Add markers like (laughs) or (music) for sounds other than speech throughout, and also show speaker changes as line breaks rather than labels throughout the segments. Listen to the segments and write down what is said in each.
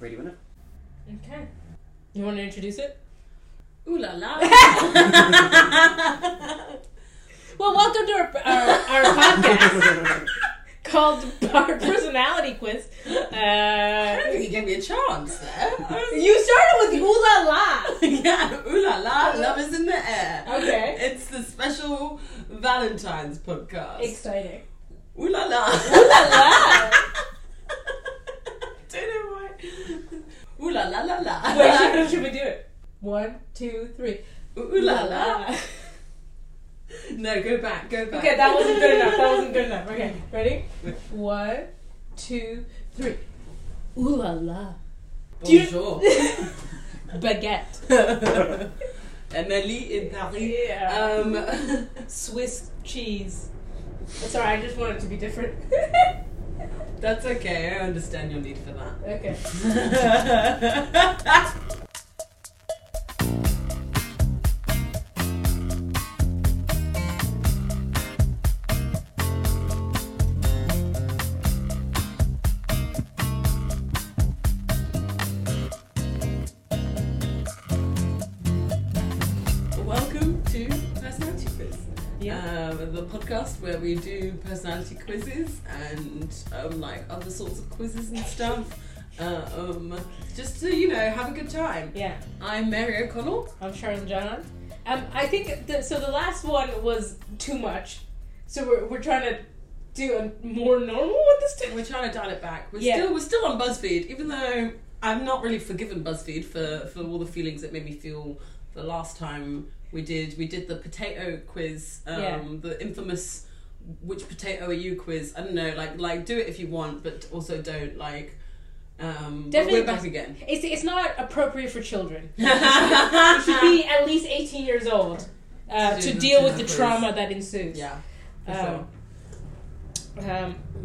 Radio (laughs) Winner.
Okay.
You want to introduce it?
Ooh la la.
(laughs) Well, welcome to our, our, our podcast called Our Personality Quiz. (laughs)
I
Uh,
think you gave me a chance there. I was-
you started with ooh la la.
(laughs) yeah, ooh la la, love is in the air.
Okay.
It's the special Valentine's podcast.
Exciting.
ooh
(laughs)
la (laughs) la.
Ooh la la.
Don't know why. Ooh la la la
(laughs)
la.
Wait, should, should we do it? One, two, three.
Ooh la la. No, go back, go back.
Okay, that wasn't good enough. That wasn't good enough. Okay, ready? One, two, three. Ooh la la.
Bonjour.
(laughs) Baguette. (laughs)
Emily in Paris.
Yeah.
Um, (laughs)
Swiss cheese. Sorry, I just want it to be different. (laughs)
that's okay, I understand your need for that.
okay.
(laughs) Welcome to Personality Quiz,
Yeah.
um, the podcast where we do personality quizzes and um, like other sorts of quizzes and stuff. Uh, um, just to you know, have a good time.
Yeah.
I'm Mary O'Connell.
I'm Sharon John. Um, I think the, so. The last one was too much, so we're, we're trying to do a more normal one this time.
We're trying to dial it back. We're
Yeah.
still we're still on BuzzFeed, even though I've not really forgiven BuzzFeed for, for all the feelings it made me feel the last time we did we did the potato quiz, um,
Yeah.
the infamous which potato are you quiz. I don't know, like like do it if you want, but also don't like. Um, but
Definitely
we're back
buzz-
again.
It's it's not appropriate for children. You should be at least 18 years old uh,
Uh-huh. To
to
do
deal
the
with the
quiz.
trauma that ensues.
yeah. for
Um, um,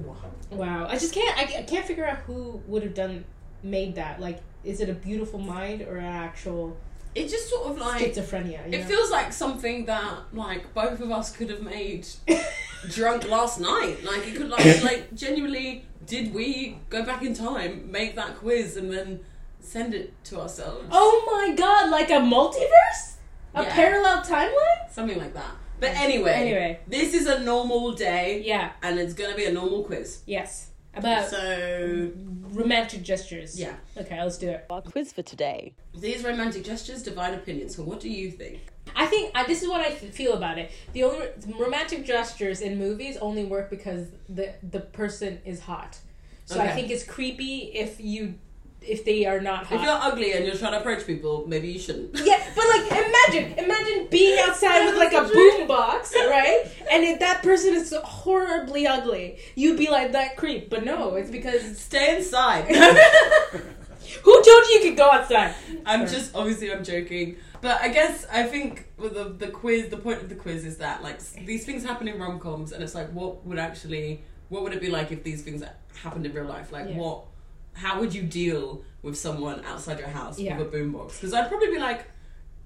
sure.
wow. I just can't. I, I can't figure out who would have done made that. Like, is it a beautiful mind or an actual
It just sort of like
schizophrenia? You
it
know?
feels like something that like both of us could have made
(laughs)
drunk last night. Like it
(coughs)
could like like genuinely did we go back in time, make that quiz and then send it to ourselves.
oh my god! Like a multiverse, a
Yeah.
parallel timeline.
Something like that. But anyway,
Anyway.
this is a normal day
Yeah.
and it's gonna be a normal quiz.
Yes. About
So
romantic gestures.
yeah.
Okay, let's do it.
Our quiz for today.
These romantic gestures divide opinions. So what do you think?
I think I, this is what I f- feel about it. The only romantic gestures in movies only work because the the person is hot. So I
Okay.
think it's creepy if you if they are not
If
hot.
you're ugly and you're trying to approach people, maybe you shouldn't.
yeah, but like imagine imagine being outside with like a boom box, right? And if that person is horribly ugly, you'd be like that creep. But no, it's (laughs) because
Stay inside.
(laughs) who told you you could go outside?
I'm
Sorry.
just obviously I'm joking, but I guess I think with the the quiz the point of the quiz is that like s- these things happen in rom coms and it's like what would actually what would it be like if these things happened in real life like
Yeah.
what how would you deal with someone outside your house
Yeah.
with a boombox because I'd probably be like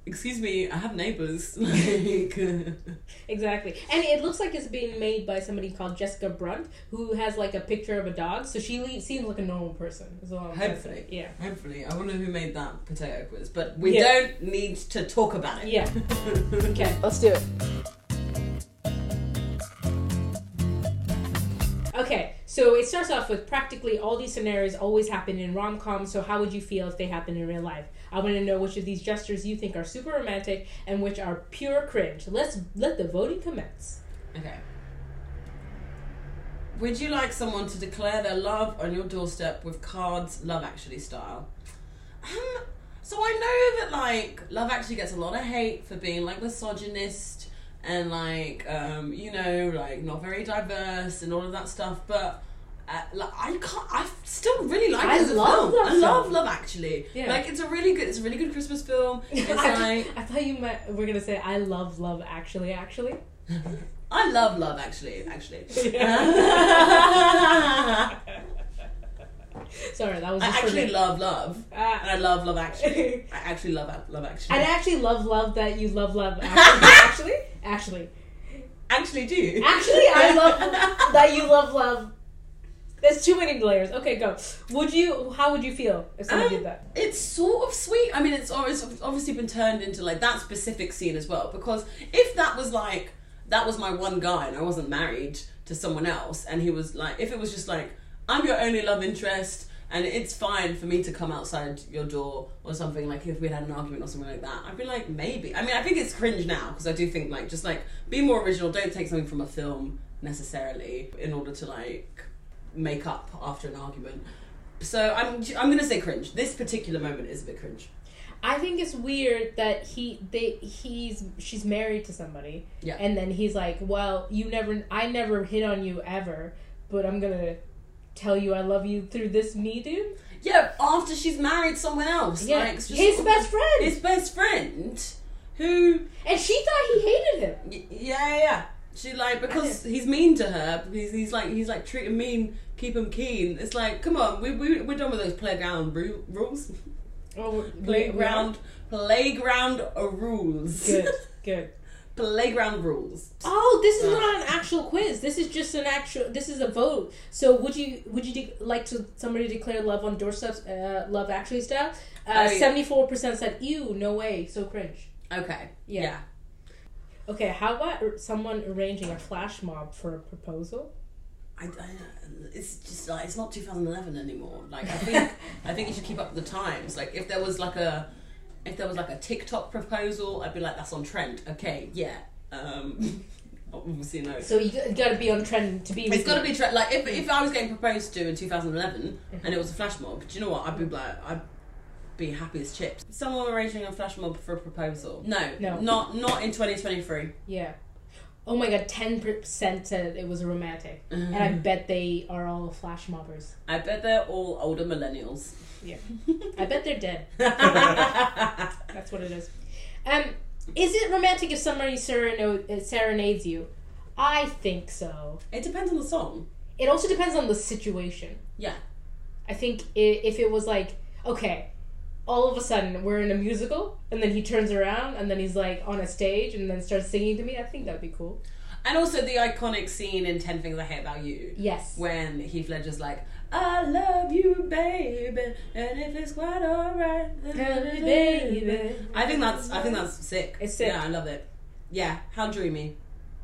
excuse me I have neighbors (laughs) like
Exactly. And it looks like it's being made by somebody called Jessica Brunt, who has like a picture of a dog, so she le- seems like a normal person. Is all I'm trying to say.
Hopefully.
Yeah.
hopefully I wonder who made that potato quiz but we
Yeah.
don't need to talk about it (laughs)
Yeah. Okay.
Let's do it.
Okay. So it starts off with practically all these scenarios always happen in rom coms, so how would you feel if they happened in real life? I want to know which of these gestures you think are super romantic and which are pure cringe. Let's let the voting commence.
Okay. Would you like someone to declare their love on your doorstep with cards, Love Actually style? Um, so I know that like Love Actually gets a lot of hate for being like misogynist and like um, you know like not very diverse and all of that stuff, but. Uh, like, I can't. I still really like
I
it as a
love
film.
that
I love
film.
Love Actually.
Yeah.
Like it's a really good. It's a really good Christmas film. It's like
(laughs) I thought you might, were gonna say I love love actually actually. (laughs)
I love Love Actually. Actually. (laughs)
Sorry, that was
I
just for
actually
me.
love love,
Ah.
and I love
(laughs)
love actually. I actually love Ab- love actually.
And I actually love love that you love love actually. actually,
actually do.
(laughs)
(laughs)
actually, actually, I love that you love love There's too many layers. Okay, go. Would you? How would you feel if someone
Um,
did that?
It's sort of sweet. I mean, it's always obviously been turned into like that specific scene as well. Because if that was like that was my one guy and I wasn't married to someone else, and he was like, if it was just like I'm your only love interest, and it's fine for me to come outside your door or something. Like if we'd had an argument or something like that, I'd be like maybe. I mean, I think it's cringe now because I do think like just like be more original. Don't take something from a film necessarily in order to like make up after an argument. So I'm I'm gonna say cringe. This particular moment is a bit cringe.
I think it's weird that he they he's she's married to somebody.
Yeah.
And then he's like, "Well, you never I never hit on you ever, but I'm going to tell you I love you through this me dude."
Yeah, after she's married someone else.
Yeah.
like, it's just-
his best friend.
His best friend, who
and she thought he hated him.
y- yeah yeah. yeah. She like because he's mean to her. He's, he's like he's like treat him mean, keep him keen. It's like come on, we we we're done with those playground ru- rules.
Oh,
Playground playground uh, rules.
Good. Good.
(laughs) playground rules.
Oh, this is not an actual quiz. This is just an actual. This is a vote. So, would you would you de- like to somebody declare love on doorsteps? Uh, love actually style.
Oh, yeah.
Seventy four percent said, "Ew, no way, so cringe."
Okay.
Yeah.
yeah.
Okay, how about ar- someone arranging a flash mob for a proposal?
I, I- it's just like it's not 2011 anymore. Like I think I think you should keep up with the times. Like if there was like a if there was like a TikTok proposal, I'd be like that's on trend. Okay, yeah. Um, (laughs) obviously no.
So you got to be on trend to be.
It's got to be trend. Like if if I was getting proposed to in 2011
Mm-hmm.
and it was a flash mob, do you know what? I'd be like I'd be happy as chips. Someone arranging a flash mob for a proposal. No,
No.
not not in 2023.
Yeah. Oh my god, ten percent said it was romantic, and I bet they are all flash mobbers.
I bet they're all
(laughs)
older millennials.
Yeah. I bet they're dead.
yeah,
That's what it is. Um, is it romantic if somebody sereno- uh, serenades you? I think so.
it depends on the song.
It also depends on the situation.
Yeah.
I think i- if it was like, okay, all of a sudden we're in a musical, and then he turns around, and then he's like on a stage, and then starts singing to me, I think that'd be cool.
And also the iconic scene in Ten Things I Hate About You
Yes.
when Heath Ledger's like, "I love you, baby, and if it's quite alright,
Baby.
I think that's I think that's sick.
It's sick.
Yeah, I love it. Yeah, how dreamy.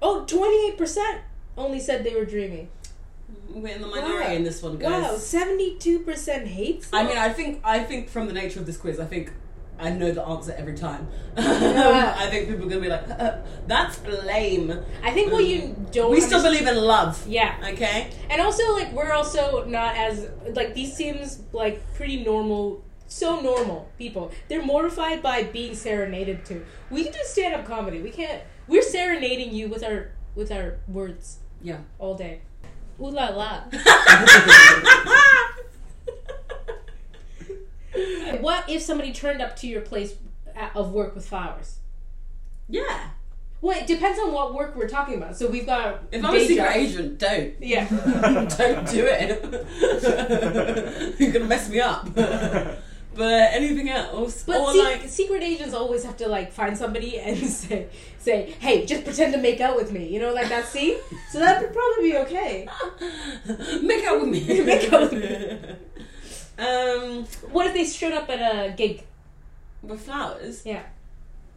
Oh, 28% only said they were dreaming.
We're in the minority
Wow.
in this one, guys.
Wow, 72% hates
I mean, I think I think from the nature of this quiz, I think. I know the answer every time. (laughs) Um,
Yeah.
I think people are gonna be like, (laughs) "That's lame."
I think what you don't
We still
understand-
believe in love,
Yeah.
okay?
And also, like, we're also not as like these seems like pretty normal, so normal people. They're mortified by being serenaded to. We can do stand up comedy. We can't. We're serenading you with our with our words
Yeah.
all day. Ooh la la. (laughs) what if somebody turned up to your place at- of work with flowers? (laughs)
yeah.
Well, it depends on what work we're talking about. So we've got
If I'm
day
a secret
jobs.
agent, don't. (laughs)
Yeah.
don't do
(laughs)
it. (laughs) You're gonna mess me
(laughs)
up. but anything else,
But
or
sec- (laughs)
like,
secret agents always have to like find somebody and (laughs) say, say, hey, just pretend to make out with me. You know, like that scene. so that would probably be okay.
make out with
(laughs)
me.
Make out with
(laughs) um,
What if they showed up at a gig?
with flowers.
Yeah.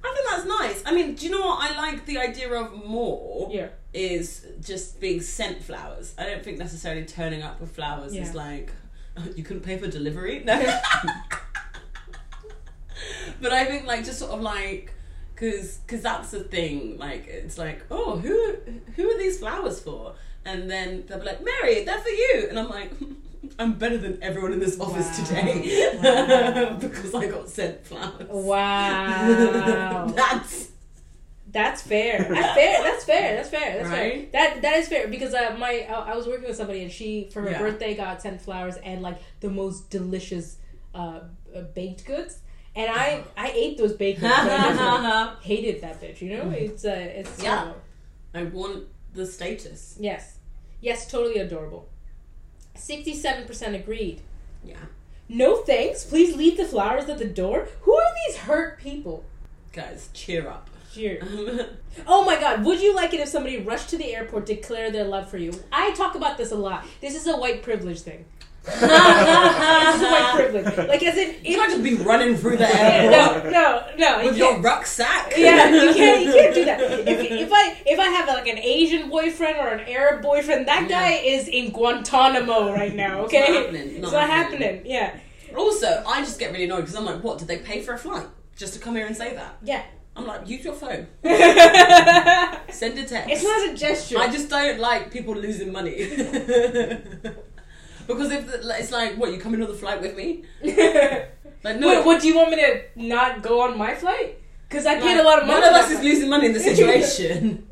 I think that's nice. I mean, do you know what I like the idea of more?
Yeah.
Is just being sent flowers. I don't think necessarily turning up with flowers
Yeah.
is like oh, you couldn't pay for delivery. No. (laughs) but I think like just sort of like because because that's the thing. Like it's like oh who who are these flowers for? And then they'll be like Mary, they're for you. And I'm like. (laughs) I'm better than everyone in this office
Wow.
today
Wow.
(laughs) because I got sent flowers.
Wow.
(laughs) That's
(laughs) That's fair. That's fair. That's fair. That's fair. That's
Right?
fair. That that is fair because uh, my I I was working with somebody and she for her
Yeah.
birthday got sent flowers and like the most delicious uh, uh, baked goods and I I ate those baked goods. and (laughs) I
I
hated that bitch. You know, it's uh, it's
Yeah.
terrible.
want the status.
Yes. Yes, totally adorable. 67% agreed.
Yeah.
No thanks. Please leave the flowers at the door. Who are these hurt people?
Guys, cheer up. (laughs)
Sure.
Um,
Oh my god, would you like it if somebody rushed to the airport to declare their love for you? I talk about this a lot. This is a white privilege thing. (laughs) This is white privilege. Like as in
you
if,
can't just be running through the airport
no, no, no. you
with your
can't.
rucksack.
yeah,
(laughs)
you can't, you can't do that. If, if I if I have like an Asian boyfriend or an Arab boyfriend, that
Yeah.
guy is in Guantanamo right now.
It's not
Okay,
happening,
It's
not
not
happening.
happening. Yeah,
Also, I just get really annoyed because I'm like, what? Did they pay for a flight just to come here and say that?
yeah.
I'm like, use your
(laughs)
phone.
it's
Send a text.
not a gesture. (laughs)
I just don't like people losing money. (laughs) because if the, it's like, what, you coming on the flight with me? Like, no.
Wait, what do you want me to not go on my flight? Because I
like,
paid a lot of money.
None of
for
us
that
is
flight.
losing money in the situation.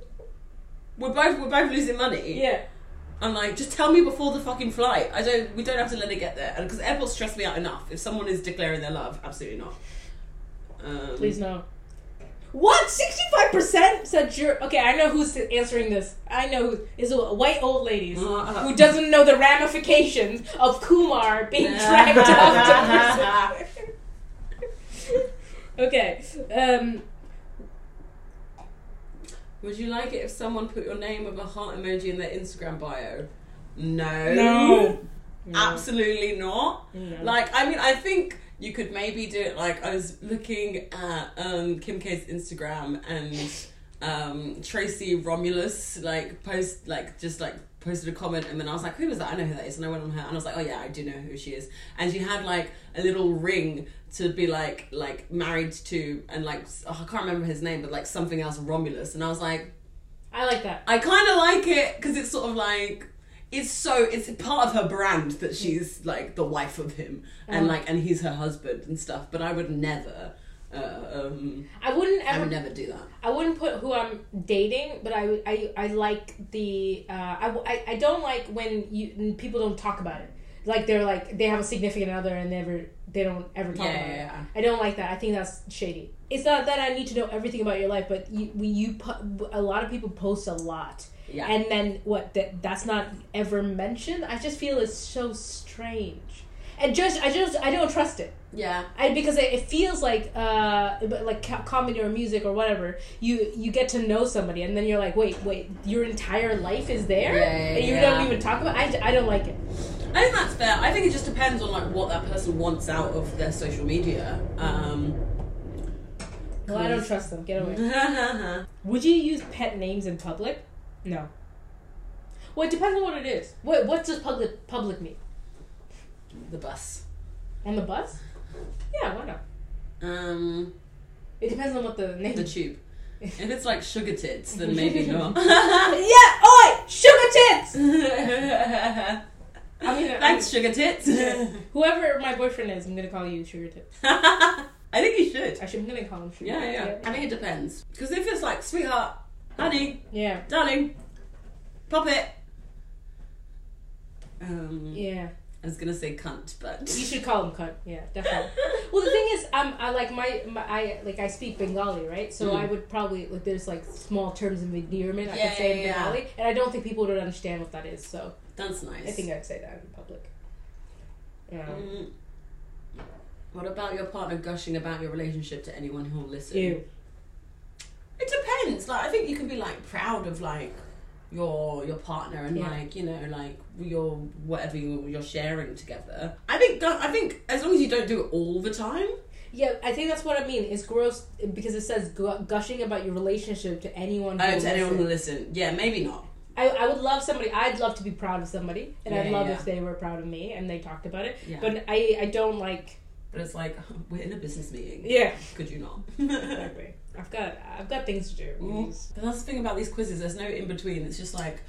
(laughs) we're both we're both losing money.
Yeah.
I'm like, just tell me before the fucking flight. I don't. We don't have to let it get there. And because airports stress me out enough. If someone is declaring their love, absolutely not. Um,
Please no. What? Sixty-five percent said you're okay. I know who's answering this. I know who is a white old ladies
Uh,
who doesn't know the ramifications of Kumar
(laughs)
being dragged up to prison. (laughs) okay. Um,
Would you like it if someone put your name with a heart emoji in their Instagram bio? No.
no.
Absolutely not.
No.
Like, I mean, I think you could maybe do it. Like, I was looking at um, Kim K's Instagram and um, Tracy Romulus, like, post, like, just like posted a comment and then I was like, who was that? I know who that is. And I went on her and I was like, oh yeah, I do know who she is. And she had like a little ring to be like, like married to and like, s- oh, I can't remember his name, but like something else Romulus. And I was like,
I like that.
I kind of like it because it's sort of like it's so it's part of her brand that she's like the wife of him and like and he's her husband and stuff. But I would never, uh, um,
I wouldn't
I
ever.
would never do that.
I wouldn't put who I'm dating, but I I, I like the uh, I, I I don't like when you when people don't talk about it. Like they're like they have a significant other and never they don't ever talk
Yeah,
about
yeah,
it.
yeah.
I don't like that. I think that's shady. It's not that I need to know everything about your life, but you we, you pu- a lot of people post a lot,
Yeah,
and then what that that's not ever mentioned. I just feel it's so strange, and just I just I don't trust it.
yeah,
I, because it, it feels like uh but like co- comedy or music or whatever you you get to know somebody and then you're like wait wait your entire life is there
Yeah, yeah,
and you
yeah.
don't even talk about I, I don't like it
I think that's fair. I think it just depends on like what that person wants out of their social media. Um, (laughs)
well I don't trust them get away would you use pet names in public no well it depends on what it is what what does public public mean
the bus.
on the bus yeah why not
Um,
it depends on what the name
the tube. If it's like sugar tits, then maybe (laughs) not.
(laughs) yeah oi sugar tits I mean
(laughs) Thanks, sugar tits.
I'm- whoever my boyfriend is I'm gonna call you sugar tits
(laughs) I think you should.
Actually, I'm gonna call him.
Yeah, yeah. yeah. I think it depends. Because if it's like, sweetheart, honey,
yeah,
darling, pop it. Um,
yeah.
I was gonna say cunt, but
You should call him cunt. (laughs) Yeah, definitely. well, the thing is, um, I like my, my, I like I speak Bengali, right? So
Mm.
I would probably like there's like small terms of endearment I
Yeah,
could say in
yeah, yeah.
Bengali, and I don't think people would understand what that is. So
that's nice.
I think I'd say that in public. Um, Yeah.
Mm. What about your partner gushing about your relationship to anyone who'll listen?
Ew.
It depends. Like I think you can be like proud of like your your partner and
Yeah.
like you know like your whatever you, you're sharing together. I think gu- I think as long as you don't do it all the time.
Yeah, I think that's what I mean. It's gross because it says gu- gushing about your relationship to anyone.
Oh,
will
to anyone who
listen.
listen. Yeah, maybe not.
I, I would love somebody. I'd love to be proud of somebody, and
Yeah,
I'd
yeah,
love
yeah.
if they were proud of me and they talked about it.
Yeah.
But I, I don't like.
But it's like (laughs) we're in a business meeting.
Yeah,
Could you not? (laughs)
exactly. I've got, I've got things to do.
Mm. But that's the thing about these quizzes. There's no in between. It's just like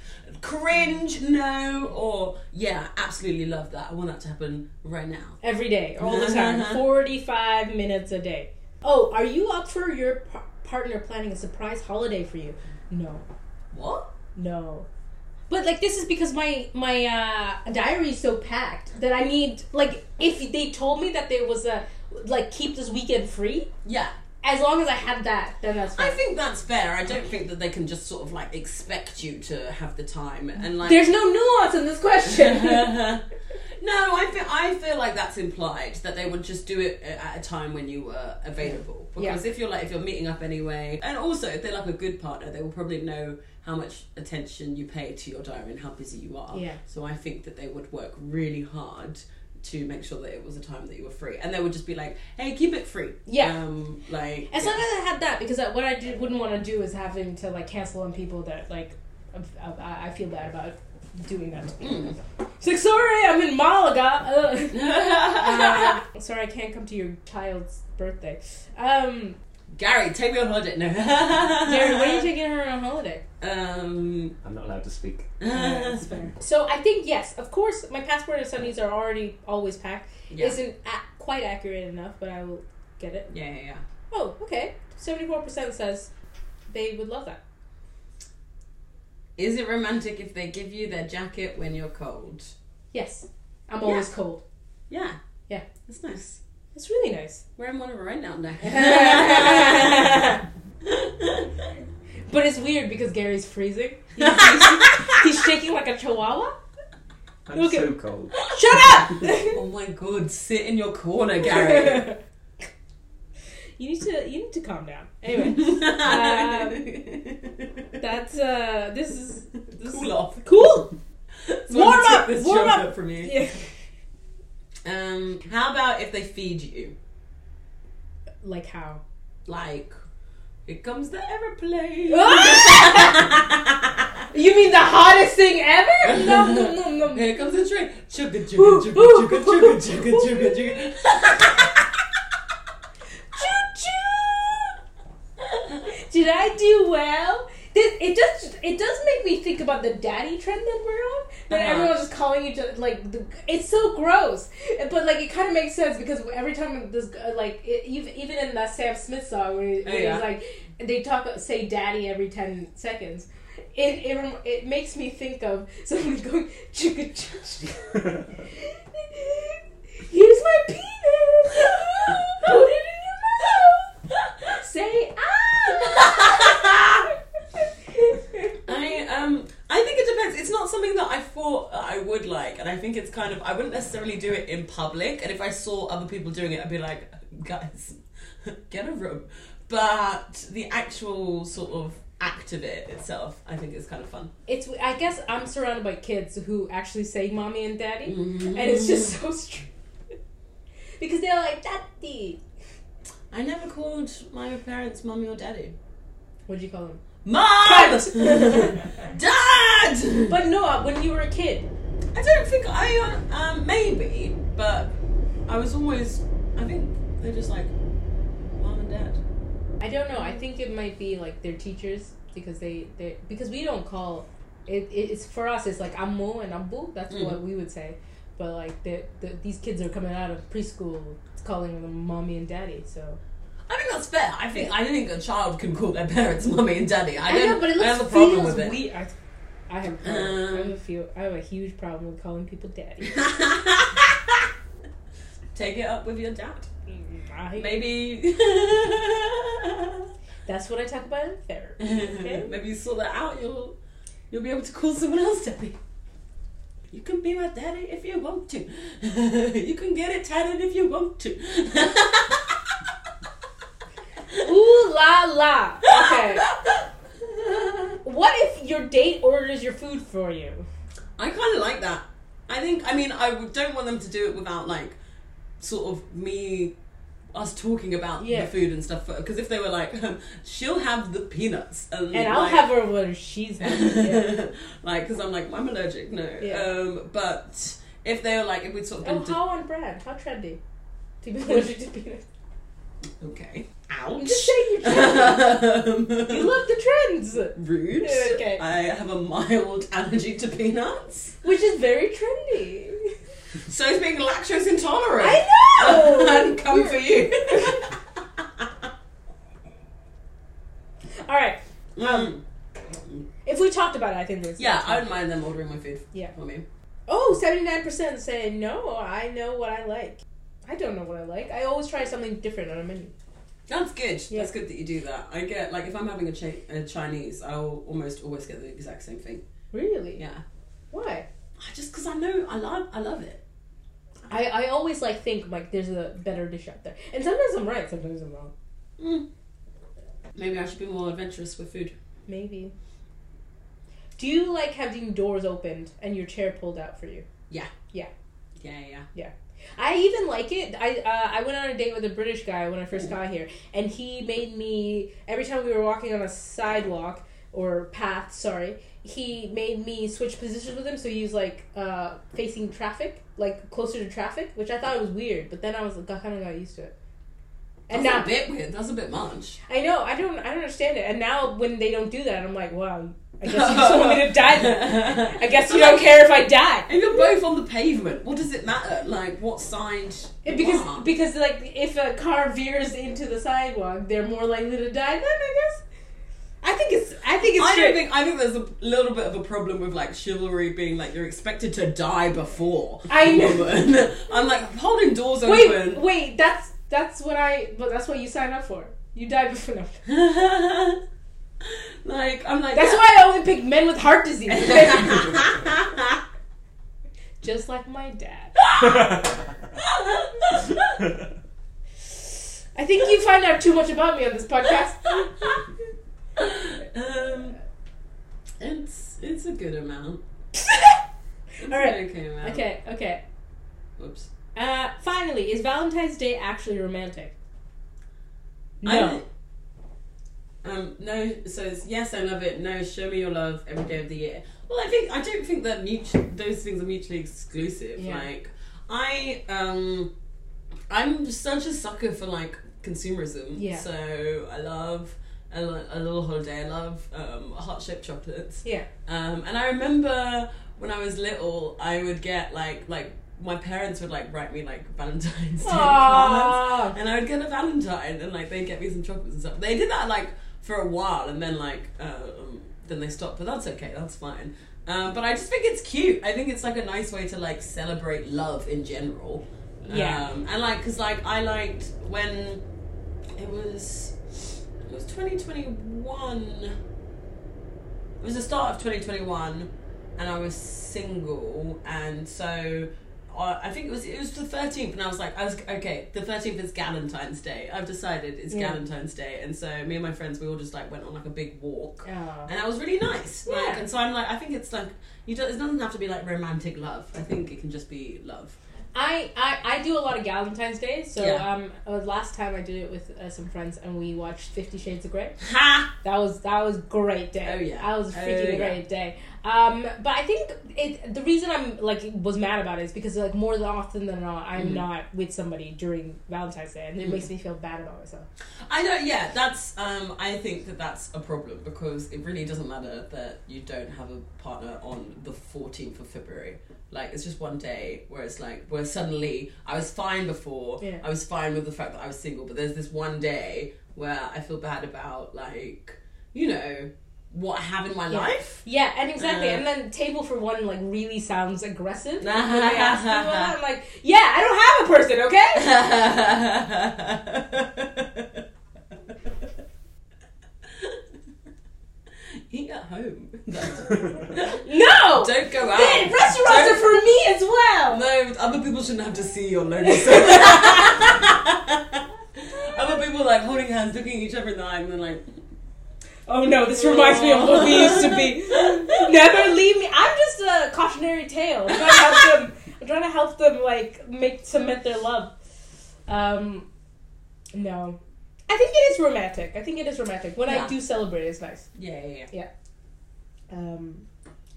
cringe, no, or yeah, absolutely love that. I want that to happen right now.
Every day, all the time, forty-five minutes a day. Oh, are you up for your par- partner planning a surprise holiday for you? No,
What?
no. But like this is because my my uh, diary is so packed that I need like if they told me that there was a like keep this weekend free.
Yeah.
As long as I had that, then that's fine.
I think that's fair. I don't think that they can just sort of like expect you to have the time and like
There's no nuance in this question.
yeah, (laughs) No, I feel I feel like that's implied that they would just do it a- at a time when you were available.
Yeah.
Because if you're like if you're meeting up anyway, and also if they're like a good partner, they will probably know how much attention you pay to your diary and how busy you are.
Yeah.
So I think that they would work really hard to make sure that it was a time that you were free, and they would just be like, "Hey, keep it free."
Yeah.
Um, like.
As long
yeah.
as I had that, because I, what I did, wouldn't want to do is having to like cancel on people that like I- I, I feel bad about doing that to people.
Mm.
It's like, sorry, I'm in
(laughs)
Malaga. Ugh. uh, sorry, I can't come to your child's birthday. Um,
Gary, take me on
(laughs)
holiday. No.
Jared, when are you
(laughs)
taking her on holiday?
Um.
I'm not allowed to speak.
(laughs)
That's fair. So I think yes, of course, my passport and sunnies are already always packed.
Yeah.
Isn't a- quite accurate enough, but I will get it.
yeah, yeah, yeah.
Oh, okay. Seventy-four percent says they would love that.
Is it romantic if they give you their jacket when you're cold?
Yes, I'm always cold.
Yeah.
Yeah.
That's nice.
It's really nice.
Wearing one of our right now, no.
But it's weird because Gary's (laughs) freezing. He's, he's- he's shaking like a chihuahua.
I'm
Look at-
so (laughs) cold.
Shut (laughs) up!
(laughs) oh my god, sit in your corner, Gary.
you need to you need to calm down. (laughs)
(laughs)
Anyway, Um, that's uh this is this
cool
is
off.
cool.
That's
Warm
why we took
up,
this
warm
joke
up.
from you.
Yeah.
Um, how about if they feed you?
Like how? (laughs)
Like, here comes the aeroplane.
You mean the hottest thing (laughs) ever? No, no, no, no.
Here comes the train. Chugga
Ooh,
chugga chugga
ooh.
chugga chugga chugga chugga chugga.
Did I do well? This, it just it does make me think about the daddy trend that we're on. That
Uh-huh.
everyone's just calling each other like the, it's so gross, but like it kind of makes sense because every time this uh, like it, even even in that Sam Smith song where, he-
Oh,
where
yeah.
he's like they talk say daddy every ten seconds. It, it rem- it makes me think of someone going chugga chugga.
(laughs)
Here's my penis. Put it in your mouth. Say ah.
I um I think it depends. It's not something that I thought I would like, and I think it's kind of I wouldn't necessarily do it in public. And if I saw other people doing it, I'd be like, guys, (laughs) get a room. But the actual sort of act of it itself, I think is kind of fun.
It's. I guess I'm surrounded by kids who actually say mommy and daddy, and it's just so strange because they're like daddy.
I never called my parents mummy or daddy.
What do you call them?
Mom, (laughs) dad.
But no, uh, when you were a kid,
I don't think I um maybe, but I was always I think they're just like mom and dad.
I don't know. I think it might be like their teachers because they they because we don't call it. it it's for us. It's like ammo and ambu. That's
Mm.
what we would say. But like the, the, these kids are coming out of preschool calling them mommy and daddy. So
I think that's fair. I think I think a child can call their parents (laughs) mummy and daddy. I,
I,
don't,
know, but it
I have a
looks
problem
feels
with it. Um.
weird. I, I have a problem. I have a few. I have a huge problem with calling people daddy.
(laughs) (laughs) Take it up with your dad.
I-
Maybe. (laughs)
that's what I talk about in
(laughs)
therapy.
Maybe you sort that out. You'll you'll be able to call someone else daddy. You can be my daddy if you want to. (laughs) you can get it tatted if you want to. (laughs)
Ooh la la.
(laughs)
Okay. what if your date orders your food for you?
I kind of like that. I think. I mean, I would- don't want them to do it without like sort of me us talking about
Yeah.
the food and stuff. Because if they were like, (laughs) she'll have the peanuts,
And I'll
like- (laughs)
have her when (laughs) she's having it.
like because I'm like I'm allergic. No,
Yeah.
um, but if they were like, if we'd sort of
Oh,
been di-
how on brand? How trendy? To (laughs) be allergic to peanuts.
okay,
I'm
ouch. (laughs)
just saying you're trendy. You love the trends,
rude.
Okay.
I have a mild (laughs) allergy to peanuts,
which is very trendy. (laughs)
so it's being lactose intolerant. (laughs)
I
and
know.
come for you.
(laughs) All right.
(laughs) um,
If we talked about it, I think there's
yeah, I wouldn't mind them ordering my food
Yeah.
for me.
Oh, 79% say no, I know what I like. I don't know what I like. I always try something different on a menu.
That's good.
Yeah.
That's good that you do that. I get like if I'm having a, chi- a Chinese, I'll almost always get the exact same thing.
Really?
Yeah,
Why?
I just because I know I love I love it.
I, I always like think like there's a better dish out there, and sometimes I'm right, sometimes I'm wrong.
Mm. Maybe I should be more adventurous with food.
Maybe. Do you like having doors opened and your chair pulled out for you?
Yeah, yeah, yeah.
I even like it. I uh, I went on a date with a British guy when I first got here, and he made me every time we were walking on a sidewalk or path. Sorry, he made me switch positions with him. So he was like uh, facing traffic, like closer to traffic, which I thought was weird. But then I was got kind of got used to it. And
That's
now
a bit weird. That's a bit much.
I know I don't I don't understand it. And now when they don't do that, I'm like, wow. I guess
(laughs)
you just want me to die then. I guess you don't care if I die.
If you're both on the pavement, what does it matter? Like, what side?
Yeah, because
you are?
because like if a car veers into the sidewalk, they're more likely to die. Then I guess. I think it's. I think it's.
I
true.
don't think I think there's a little bit of a problem with like chivalry being like you're expected to die before
I know.
woman. (laughs) I'm like holding doors
Wait,
open. (laughs)
wait. That's that's what I. But that's what you sign up for. You die before.
(laughs)
No.
like I'm like
That's
yeah.
why (laughs) I only pick men with heart disease. Just like my dad. I think you find out too much about me on this
(laughs)
podcast.
(laughs)
(laughs)
um, it's it's a good amount. It's
All right.
an okay amount.
Okay. Okay.
Whoops.
Uh, finally, is Valentine's Day actually romantic?
I
No.
don't- um, no, so it's yes, I love it. No, show me your love every day of the year. Well, I think I don't think that mutual, those things are mutually exclusive.
Yeah.
Like, I um, I'm such a sucker for like consumerism.
Yeah.
So I love a, li- a little holiday. I love um, heart shaped chocolates.
Yeah.
Um, and I remember when I was little, I would get like like my parents would like write me like Valentine's Day cards
Aw.
and I would get a Valentine, and like they'd get me some chocolates and stuff. They did that like for a while, and then like um, then they stopped. But that's okay, that's fine. Um, but I just think it's cute. I think it's like a nice way to like celebrate love in general.
Yeah.
Um, and like, cause like I liked when it was it was twenty twenty one. It was the start of twenty twenty one, and I was single, and so uh, I think it was it was the thirteenth, and I was like, I was okay. The thirteenth is Galentine's Day. I've decided it's
Yeah.
Galentine's Day, and so me and my friends we all just like went on like a big walk,
Aw.
and that was really nice. Like,
Yeah.
and so I'm like, I think it's like you don't. It doesn't have to be like romantic love. I think it can just be
(laughs)
love.
I, I, I do a lot of Valentine's Day, so
Yeah.
um, uh, last time I did it with uh, some friends and we watched Fifty Shades of Grey.
Ha!
That was that was great day.
Oh, yeah.
that was a
Oh,
freaking
yeah.
great day. Um, but I think it the reason I'm like was mad about it is because like more than often than not I'm
Mhm.
not with somebody during Valentine's Day and it
Mhm.
makes me feel bad about myself.
I don't. Yeah, that's. Um, I think that that's a problem because it really doesn't matter that you don't have a partner on the fourteenth of February. Like it's just one day where it's like where suddenly I was fine before.
Yeah.
I was fine with the fact that I was single, but there's this one day where I feel bad about like you know what I have in my
Yeah.
life. (laughs)
Yeah, and exactly.
Uh.
and then table for one like really sounds
(laughs)
aggressive. when I ask people that, I'm like, yeah, I don't have a person, okay?
(laughs) Eat at home. (laughs)
No,
Don't go out.
Hey, restaurants are
Don't-
for me as well.
No, other people shouldn't have to see your
(laughs)
lonely self. other people like holding hands, looking at each other in the eye, and then like,
Oh no, this reminds me of what we used to be. (laughs) Never leave me. I'm just a cautionary tale. I'm trying to help them. I'm trying to help them like make cement their love. Um, no, I think it is romantic. I think it is romantic. When I
Yeah.
do celebrate, it's nice.
(laughs) yeah, yeah, yeah.
Um,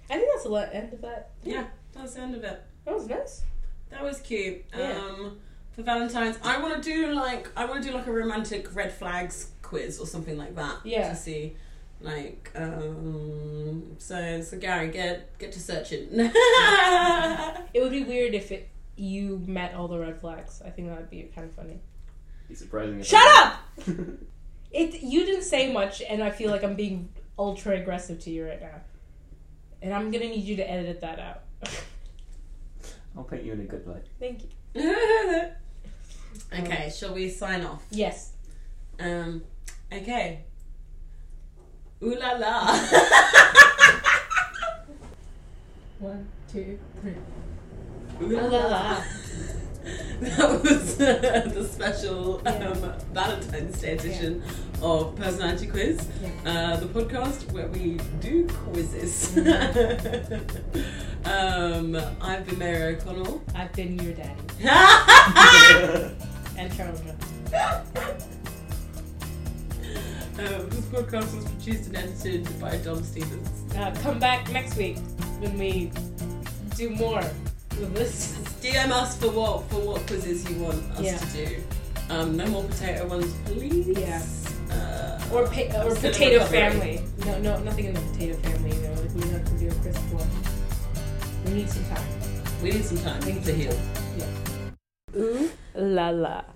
I think that's the le- end of that.
Yeah, that's the end of it.
that was nice.
That was cute.
Yeah.
Um, for Valentine's, I want to do like I want to do like a romantic red flags quiz or something like that.
Yeah.
To see, like, um, so so Gary, get get to searching. (laughs)
(laughs)
yeah,
It would be weird if it you met all the red flags. I think that would be kind of funny.
It's surprising. if
Shut
I-
up. It you didn't say much, and I feel like I'm being ultra aggressive to you right now, and I'm gonna need you to edit that out.
(laughs)
(laughs)
I'll paint you in a good (laughs) light.
Thank you.
(laughs) okay, shall we sign off?
Yes.
Um, okay. Ooh la la. (laughs)
One, two, three.
Ooh
La la la.
That was uh, the special
Yeah.
um, Valentine's Day edition of Personality Quiz, uh, the podcast where we do quizzes. (laughs) um, I've been Mary O'Connell. (laughs)
I've been your daddy and Charles. Johnson.
Um, this podcast was produced and edited by Dom Stevens.
Uh, come back next week when we do more with this.
DM us for what for what quizzes you want us
Yeah.
to do. Um, no more potato ones, please.
Yeah.
Uh,
Or pa- or
Cinnamon
potato
cutlery.
family. No, no, nothing in the potato family though. Like we're not gonna do a crisp one. We need some time.
we need some time. We need to heal.
Ooh la la.